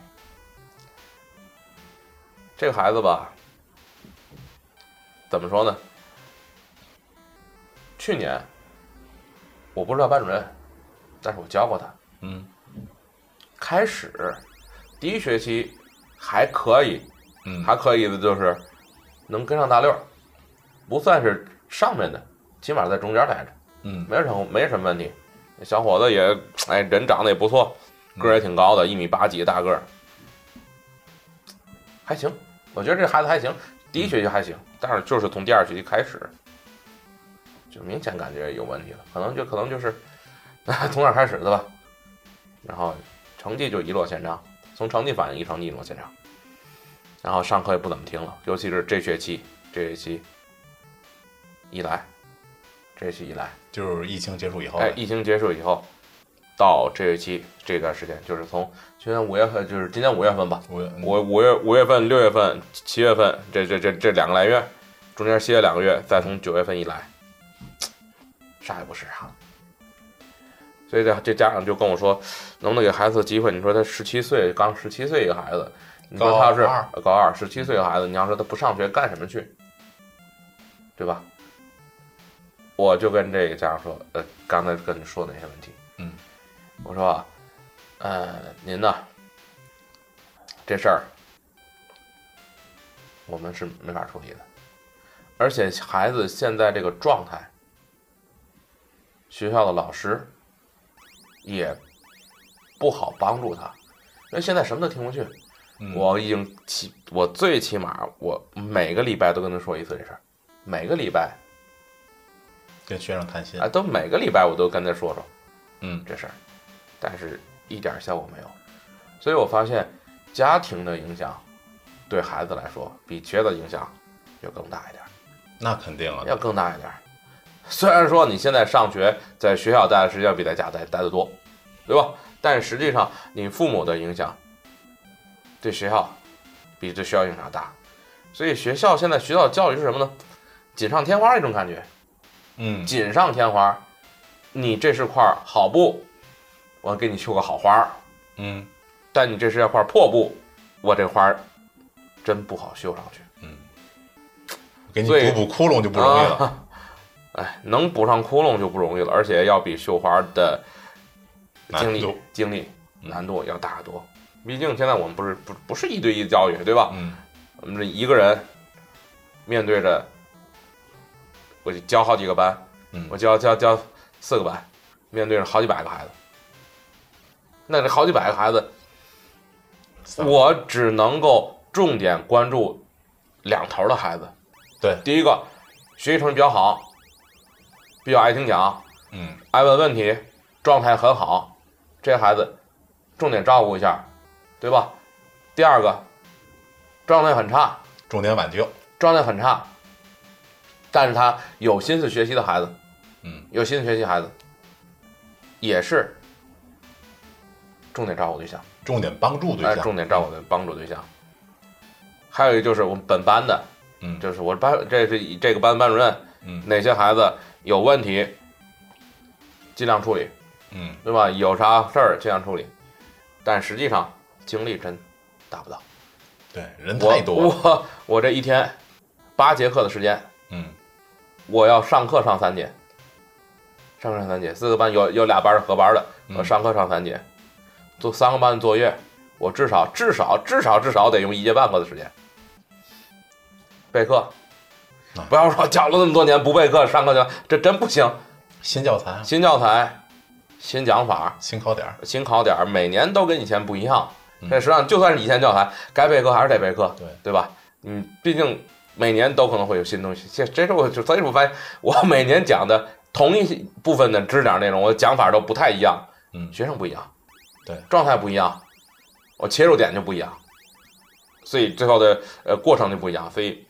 Speaker 2: 这个孩子吧，怎么说呢？去年我不知道班主任，但是我教过他。
Speaker 1: 嗯
Speaker 2: 开始第一学期还可以，
Speaker 1: 嗯，
Speaker 2: 还可以的就是能跟上大六，不算是上面的，起码在中间待着，
Speaker 1: 嗯
Speaker 2: 没什么没什么问题。小伙子也，哎，人长得也不错，个儿也挺高的，一米八几大个儿，还行。我觉得这孩子还行，第一学期还行，但是就是从第二学期开始，就明显感觉有问题了，可能就可能就是、 从哪儿开始的吧，然后成绩就一落千丈，从成绩反映一成绩一落千丈，然后上课也不怎么听了，尤其是这学期，这学期一来，这学期一来，
Speaker 1: 就是疫情结束以后，
Speaker 2: 哎，疫情结束以后，到这学期这段时间，就是从去年五月份，就是今年五月份吧，
Speaker 1: 我
Speaker 2: 我五月五月份、六月份、七月份这这这这两个来月，中间歇了两个月，再从九月份一来，啥也不是啊。所以这这家长就跟我说，能不能给孩子机会？你说他十七岁，刚十七岁一个孩子，你说
Speaker 1: 高
Speaker 2: 他要是
Speaker 1: 二
Speaker 2: 高二十七岁的孩子，你要说他不上学干什么去？对吧？我就跟这个家长说，呃，刚才跟你说的那些问题，
Speaker 1: 嗯，
Speaker 2: 我说啊，呃，您呐，这事儿我们是没法处理的，而且孩子现在这个状态，学校的老师也不好帮助他，因为现在什么都听不去。
Speaker 1: 嗯
Speaker 2: 我已经起，我最起码我每个礼拜都跟他说一次这事儿，每个礼拜
Speaker 1: 跟学生谈心
Speaker 2: 啊，，都每个礼拜我都跟他说说
Speaker 1: 嗯
Speaker 2: 这事儿，但是一点效果没有。所以我发现家庭的影响对孩子来说比学的影响要更大一点儿。
Speaker 1: 那肯定啊，
Speaker 2: 要更大一点儿。虽然说你现在上学在学校待的时间比在家待待得多，对吧？但实际上你父母的影响对学校比对学校影响大，所以学校现在学校教育是什么呢？锦上添花一种感觉，
Speaker 1: 嗯
Speaker 2: 锦上添花。你这是块好布，我给你绣个好花儿；
Speaker 1: 嗯
Speaker 2: 但你这是块破布，我这花儿真不好绣上去。
Speaker 1: 给你
Speaker 2: 所以
Speaker 1: 补补窟窿就不容易了，
Speaker 2: 啊哎，能补上窟窿就不容易了，而且要比绣花的精
Speaker 1: 难
Speaker 2: 力
Speaker 1: 度
Speaker 2: 精力
Speaker 1: 嗯
Speaker 2: 难度要大得多。毕竟现在我们不是不不是一对一教育，对吧？
Speaker 1: 嗯
Speaker 2: 我们这一个人面对着，我就教好几个班，
Speaker 1: 嗯
Speaker 2: 我教教教四个班，面对着好几百个孩子，那这好几百个孩子，
Speaker 1: 算了
Speaker 2: 我只能够重点关注两头的孩子。
Speaker 1: 对
Speaker 2: 第一个学习成绩比较好，比较爱听讲，
Speaker 1: 嗯
Speaker 2: 爱问问题，状态很好，这孩子重点照顾一下，对吧？第二个状态很差，
Speaker 1: 重点挽救，
Speaker 2: 状态很差，但是他有心思学习的孩子，
Speaker 1: 嗯
Speaker 2: 有心思学习孩子也是重点照顾对象。
Speaker 1: 重点帮助对
Speaker 2: 哎，
Speaker 1: 象，嗯
Speaker 2: 重点照顾的帮助对象。还有一个就是我们本班的，
Speaker 1: 嗯
Speaker 2: 就是我班这是这个班班主任，
Speaker 1: 嗯
Speaker 2: 哪些孩子有问题，尽量处理，
Speaker 1: 嗯
Speaker 2: 对吧？有啥事儿尽量处理，但实际上精力真达不到。
Speaker 1: 对，人
Speaker 2: 我
Speaker 1: 太多了，
Speaker 2: 我我这一天八节课的时间，
Speaker 1: 嗯
Speaker 2: 我要上课上三节，上课上三节，四个班有有俩班是合班的，
Speaker 1: 嗯
Speaker 2: 我上课上三节，做三个班的作业，我至少至少至少至少得用一节半课的时间备课
Speaker 1: 啊。
Speaker 2: 不要说讲了那么多年不备课上课就这真不行。
Speaker 1: 新教材
Speaker 2: 新教材、新讲法、
Speaker 1: 新考点儿，
Speaker 2: 新考点，每年都跟以前不一样。
Speaker 1: 嗯
Speaker 2: 这实际上就算是以前教材，该备课还是得备课，
Speaker 1: 对
Speaker 2: 对吧？嗯，毕竟每年都可能会有新东西。这这是我就所以我发现，我每年讲的同一部分的知识点内容，我的讲法都不太一样，
Speaker 1: 嗯
Speaker 2: 学生不一样，
Speaker 1: 对
Speaker 2: 状态不一样，我切入点就不一样，所以最后的呃过程就不一样。所以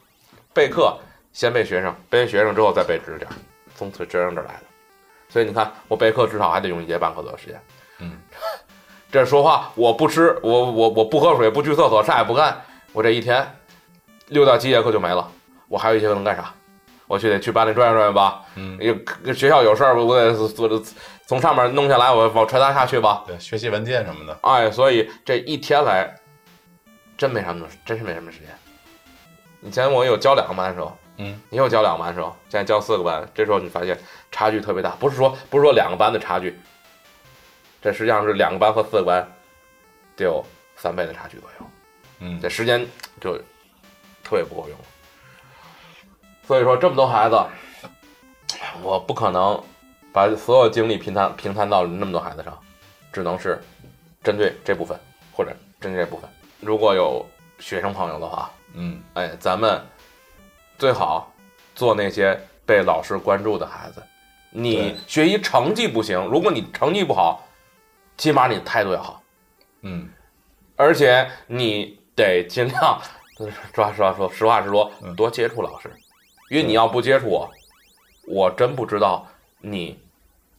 Speaker 2: 备课先备学生，备完学生之后再备知识点，从学生这儿来的。所以你看，我备课至少还得用一节半课左右时间。
Speaker 1: 嗯，
Speaker 2: 这说话我不吃，我我我不喝水，不去厕所，啥也不干，我这一天六到七节课就没了。我还有一节课能干啥？我去得去班里转悠转悠吧。
Speaker 1: 嗯，
Speaker 2: 也学校有事儿，我我得我得从上面弄下来，我我传达下去吧。
Speaker 1: 对，学习文件什么的，
Speaker 2: 哎，所以这一天来，真没什么，真是没什么时间。以前我有教两个班的时候，
Speaker 1: 嗯，
Speaker 2: 你又教两个班的时候，现在教四个班，这时候你发现差距特别大，不是说不是说两个班的差距，这实际上是两个班和四个班得有三倍的差距左右，
Speaker 1: 嗯
Speaker 2: 这时间就特别不够用。所以说这么多孩子，我不可能把所有精力平摊平摊到那么多孩子上，只能是针对这部分或者针对这部分。如果有学生朋友的话，
Speaker 1: 嗯
Speaker 2: 哎，咱们最好做那些被老师关注的孩子。
Speaker 1: 对
Speaker 2: 你学习成绩不行，如果你成绩不好，起码你态度要好，
Speaker 1: 嗯，
Speaker 2: 而且你得尽量抓实话说，实话实说
Speaker 1: 嗯，
Speaker 2: 多接触老师，因为你要不接触我，我真不知道你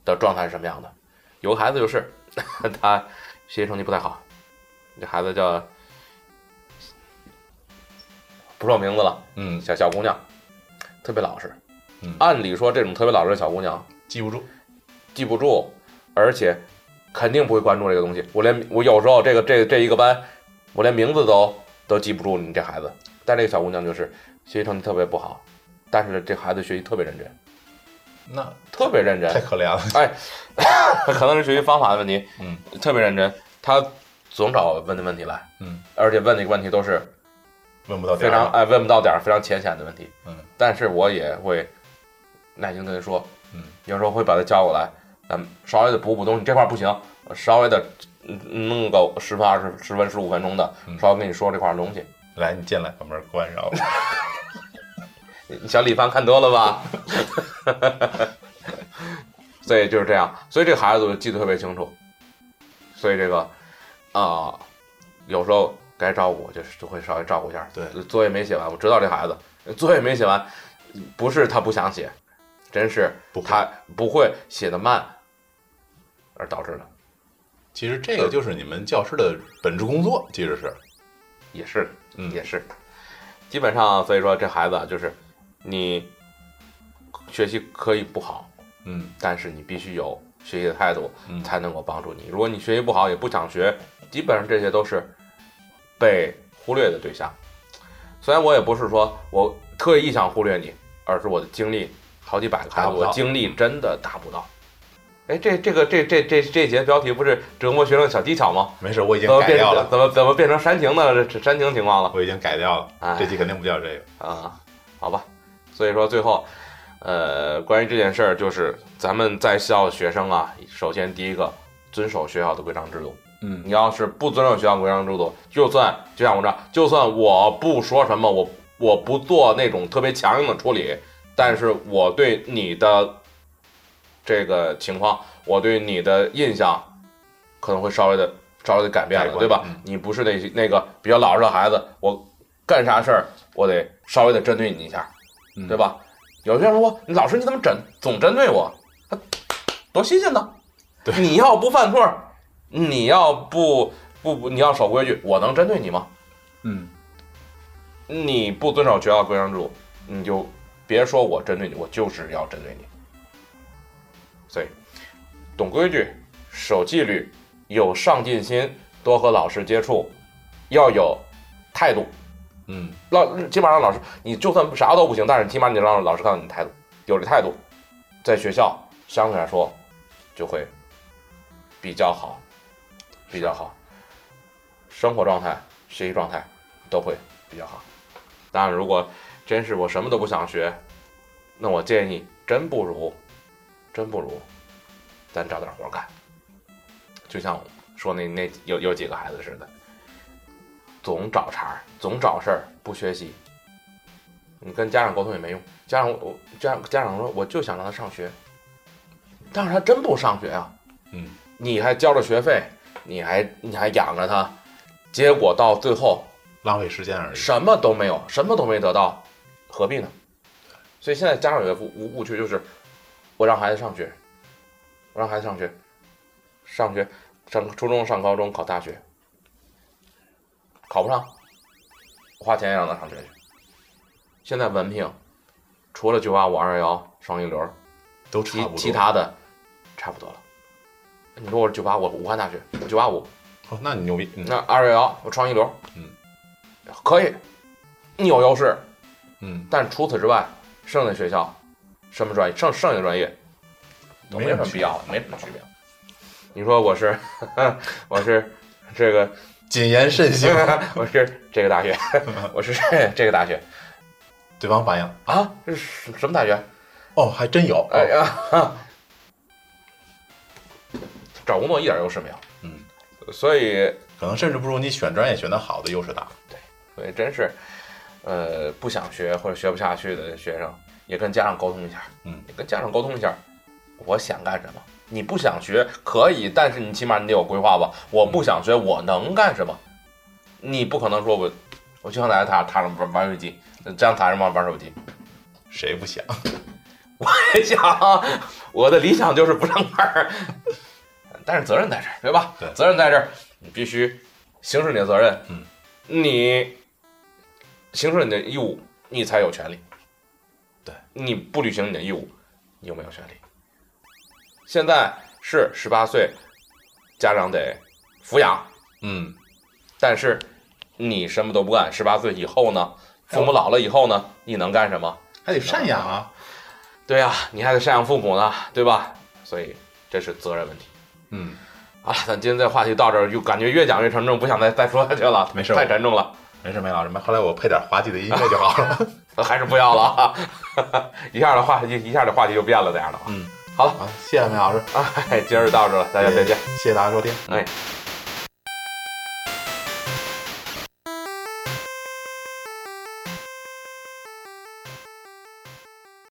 Speaker 2: 的状态是什么样的。有个孩子就是 他学习成绩不太好，这孩子叫不说名字了。
Speaker 1: 嗯，
Speaker 2: 小小姑娘，特别老实。
Speaker 1: 嗯
Speaker 2: 按理说这种特别老实的小姑娘
Speaker 1: 记不住，
Speaker 2: 记不住，而且肯定不会关注这个东西。我连我有时候这个这这一个班，我连名字都都记不住你这孩子。但这个小姑娘就是学习成绩特别不好，但是这孩子学习特别认真，
Speaker 1: 那
Speaker 2: 特别认真
Speaker 1: 太，可怜了。
Speaker 2: 可能是学习方法的问题。
Speaker 1: 嗯，
Speaker 2: 特别认真，她总找我问的问题来。
Speaker 1: 嗯，
Speaker 2: 而且问的问题都是
Speaker 1: 问不到
Speaker 2: 非
Speaker 1: 点儿
Speaker 2: 常
Speaker 1: 上，
Speaker 2: 哎问不到点儿，非常浅显的问题。
Speaker 1: 嗯，
Speaker 2: 但是我也会耐心地跟他说，
Speaker 1: 嗯，
Speaker 2: 有时候会把他叫过来，咱们稍微的补补东西，这块儿不行，稍微的嗯弄个十分二十十分十五分钟的，
Speaker 1: 嗯
Speaker 2: 稍微跟你说这块儿东西。
Speaker 1: 来，你进来，把门关上。
Speaker 2: 你小李凡看多了吧？ 所以就是这样，所以这个孩子我记得特别清楚。所以这个啊、有时候该照顾就是就会稍微照顾一下。
Speaker 1: 对
Speaker 2: 作业没写完，我知道这孩子作业没写完，不是他不想写，真是
Speaker 1: 不会
Speaker 2: 他不会写的慢而导致的，
Speaker 1: 其实这个就是你们教师的本职工作，其实是，
Speaker 2: 也是
Speaker 1: 嗯，
Speaker 2: 也是，基本上所以说这孩子啊就是你学习可以不好，
Speaker 1: 嗯
Speaker 2: 但是你必须有学习的态度，
Speaker 1: 嗯
Speaker 2: 才能够帮助你。如果你学习不好，也不想学，基本上这些都是被忽略的对象。虽然我也不是说我特意想忽略你，而是我的精力好几百个孩子，
Speaker 1: 达不
Speaker 2: 我
Speaker 1: 到
Speaker 2: 精力真的达不到。哎，这这个这这这这节标题不是折磨学生的小技巧吗？
Speaker 1: 没事，我已经
Speaker 2: 怎么
Speaker 1: 改
Speaker 2: 变
Speaker 1: 掉
Speaker 2: 成
Speaker 1: 了，
Speaker 2: 怎么怎么变成煽情的这煽情情况了？
Speaker 1: 我已经改掉了
Speaker 2: 哎，
Speaker 1: 这期肯定不叫这个。
Speaker 2: 啊，好吧。所以说最后，呃，关于这件事儿，就是咱们在校的学生啊，首先第一个遵守学校的规章制度。
Speaker 1: 嗯
Speaker 2: 你要是不遵守学校规章制度，就算就像我这样，就算我不说什么，我我不做那种特别强硬的处理，但是我对你的这个情况，我对你的印象可能会稍微的稍微的改变
Speaker 1: 改
Speaker 2: 了，
Speaker 1: 观
Speaker 2: 对吧？
Speaker 1: 嗯
Speaker 2: 你不是那些那个比较老实的孩子，我干啥事儿我得稍微的针对你一下，
Speaker 1: 嗯
Speaker 2: 对吧？有些人说，老师你怎么针总针对我？他多新鲜呢！
Speaker 1: 对
Speaker 2: 你要不犯错儿，你要不不不，你要守规矩，我能针对你吗？
Speaker 1: 嗯，
Speaker 2: 你不遵守学校规章制度，你就别说我针对你，我就是要针对你。所以，懂规矩、守纪律、有上进心、多和老师接触，要有态度。
Speaker 1: 嗯
Speaker 2: 老起码让老师，你就算啥都不行，但是起码你得让老师看到你的态度，有这态度，在学校相对来说就会比较好，比较好，生活状态、学习状态都会比较好。当然，如果真是我什么都不想学，那我建议真不如，真不如，咱找点活干。就像说那那有有几个孩子似的，总找茬儿，总找事儿，不学习。你跟家长沟通也没用，家长我家长家长说我就想让他上学，但是他真不上学啊。
Speaker 1: 嗯，
Speaker 2: 你还交着学费，你还你还养着他，结果到最后
Speaker 1: 浪费时间而已。
Speaker 2: 什么都没有，什么都没得到，何必呢？所以现在家长有个误误区就是，我让孩子上学，我让孩子上学，上学上初中、上高中、考大学，考不上，我花钱也让他上学去。现在文凭，除了九八五、二幺幺、双一流，
Speaker 1: 都差
Speaker 2: 其
Speaker 1: 不多。
Speaker 2: 其他的差不多了。你说我是九八五，武汉大学九八五，
Speaker 1: 哦，那你牛逼。嗯
Speaker 2: 那二幺幺我创一流，
Speaker 1: 嗯，
Speaker 2: 可以，你有优势，
Speaker 1: 嗯，
Speaker 2: 但除此之外，剩下的学校什么专业，剩剩下的专业都没
Speaker 1: 有
Speaker 2: 什么必要，没什么区别。你说我是， 我是这个
Speaker 1: 谨言慎 行。
Speaker 2: 我是这个大 学，我是这个大学
Speaker 1: 对方反应
Speaker 2: 啊，这是什么大学？
Speaker 1: 哦，还真有。
Speaker 2: 哎呀， 找工作一点优势没有。
Speaker 1: 嗯，
Speaker 2: 所以
Speaker 1: 可能甚至不如你选专业选的好的优势大。
Speaker 2: 所以真是，呃，不想学或者学不下去的学生，也跟家长沟通一下。
Speaker 1: 嗯，
Speaker 2: 也跟家长沟通一下，我想干什么。你不想学可以，但是你起码你得有规划吧。我不想学，我能干什么？你不可能说我，我就想在家躺躺着玩玩手机，这样躺着玩玩手机。
Speaker 1: 谁不想？
Speaker 2: 理想，我的理想就是不上班儿，但是责任在这儿，对吧？
Speaker 1: 对
Speaker 2: 责任在这儿，你必须行使你的责任，
Speaker 1: 嗯，
Speaker 2: 你行使你的义务，你才有权利。
Speaker 1: 对，
Speaker 2: 你不履行你的义务，你有没有权利？现在是十八岁，家长得抚养，
Speaker 1: 嗯，
Speaker 2: 但是你什么都不干，十八岁以后呢？父母老了以后呢？你能干什么？
Speaker 1: 还得赡养啊。
Speaker 2: 对呀、你还得赡养父母呢，对吧？所以这是责任问题。
Speaker 1: 嗯，
Speaker 2: 好了，咱今天这话题到这儿，就感觉越讲越沉重，不想再再说下去了，
Speaker 1: 没事
Speaker 2: 太沉重了，
Speaker 1: 没事，梅老师，后来我配点滑稽的音乐就好了。
Speaker 2: 还是不要了 啊！一下的话题，一下这话题就变了，这样的话
Speaker 1: 嗯，好了，啊，谢谢梅老师，
Speaker 2: 哎，今儿就到这儿了，大家再见。
Speaker 1: 谢谢大家收听。
Speaker 2: 哎。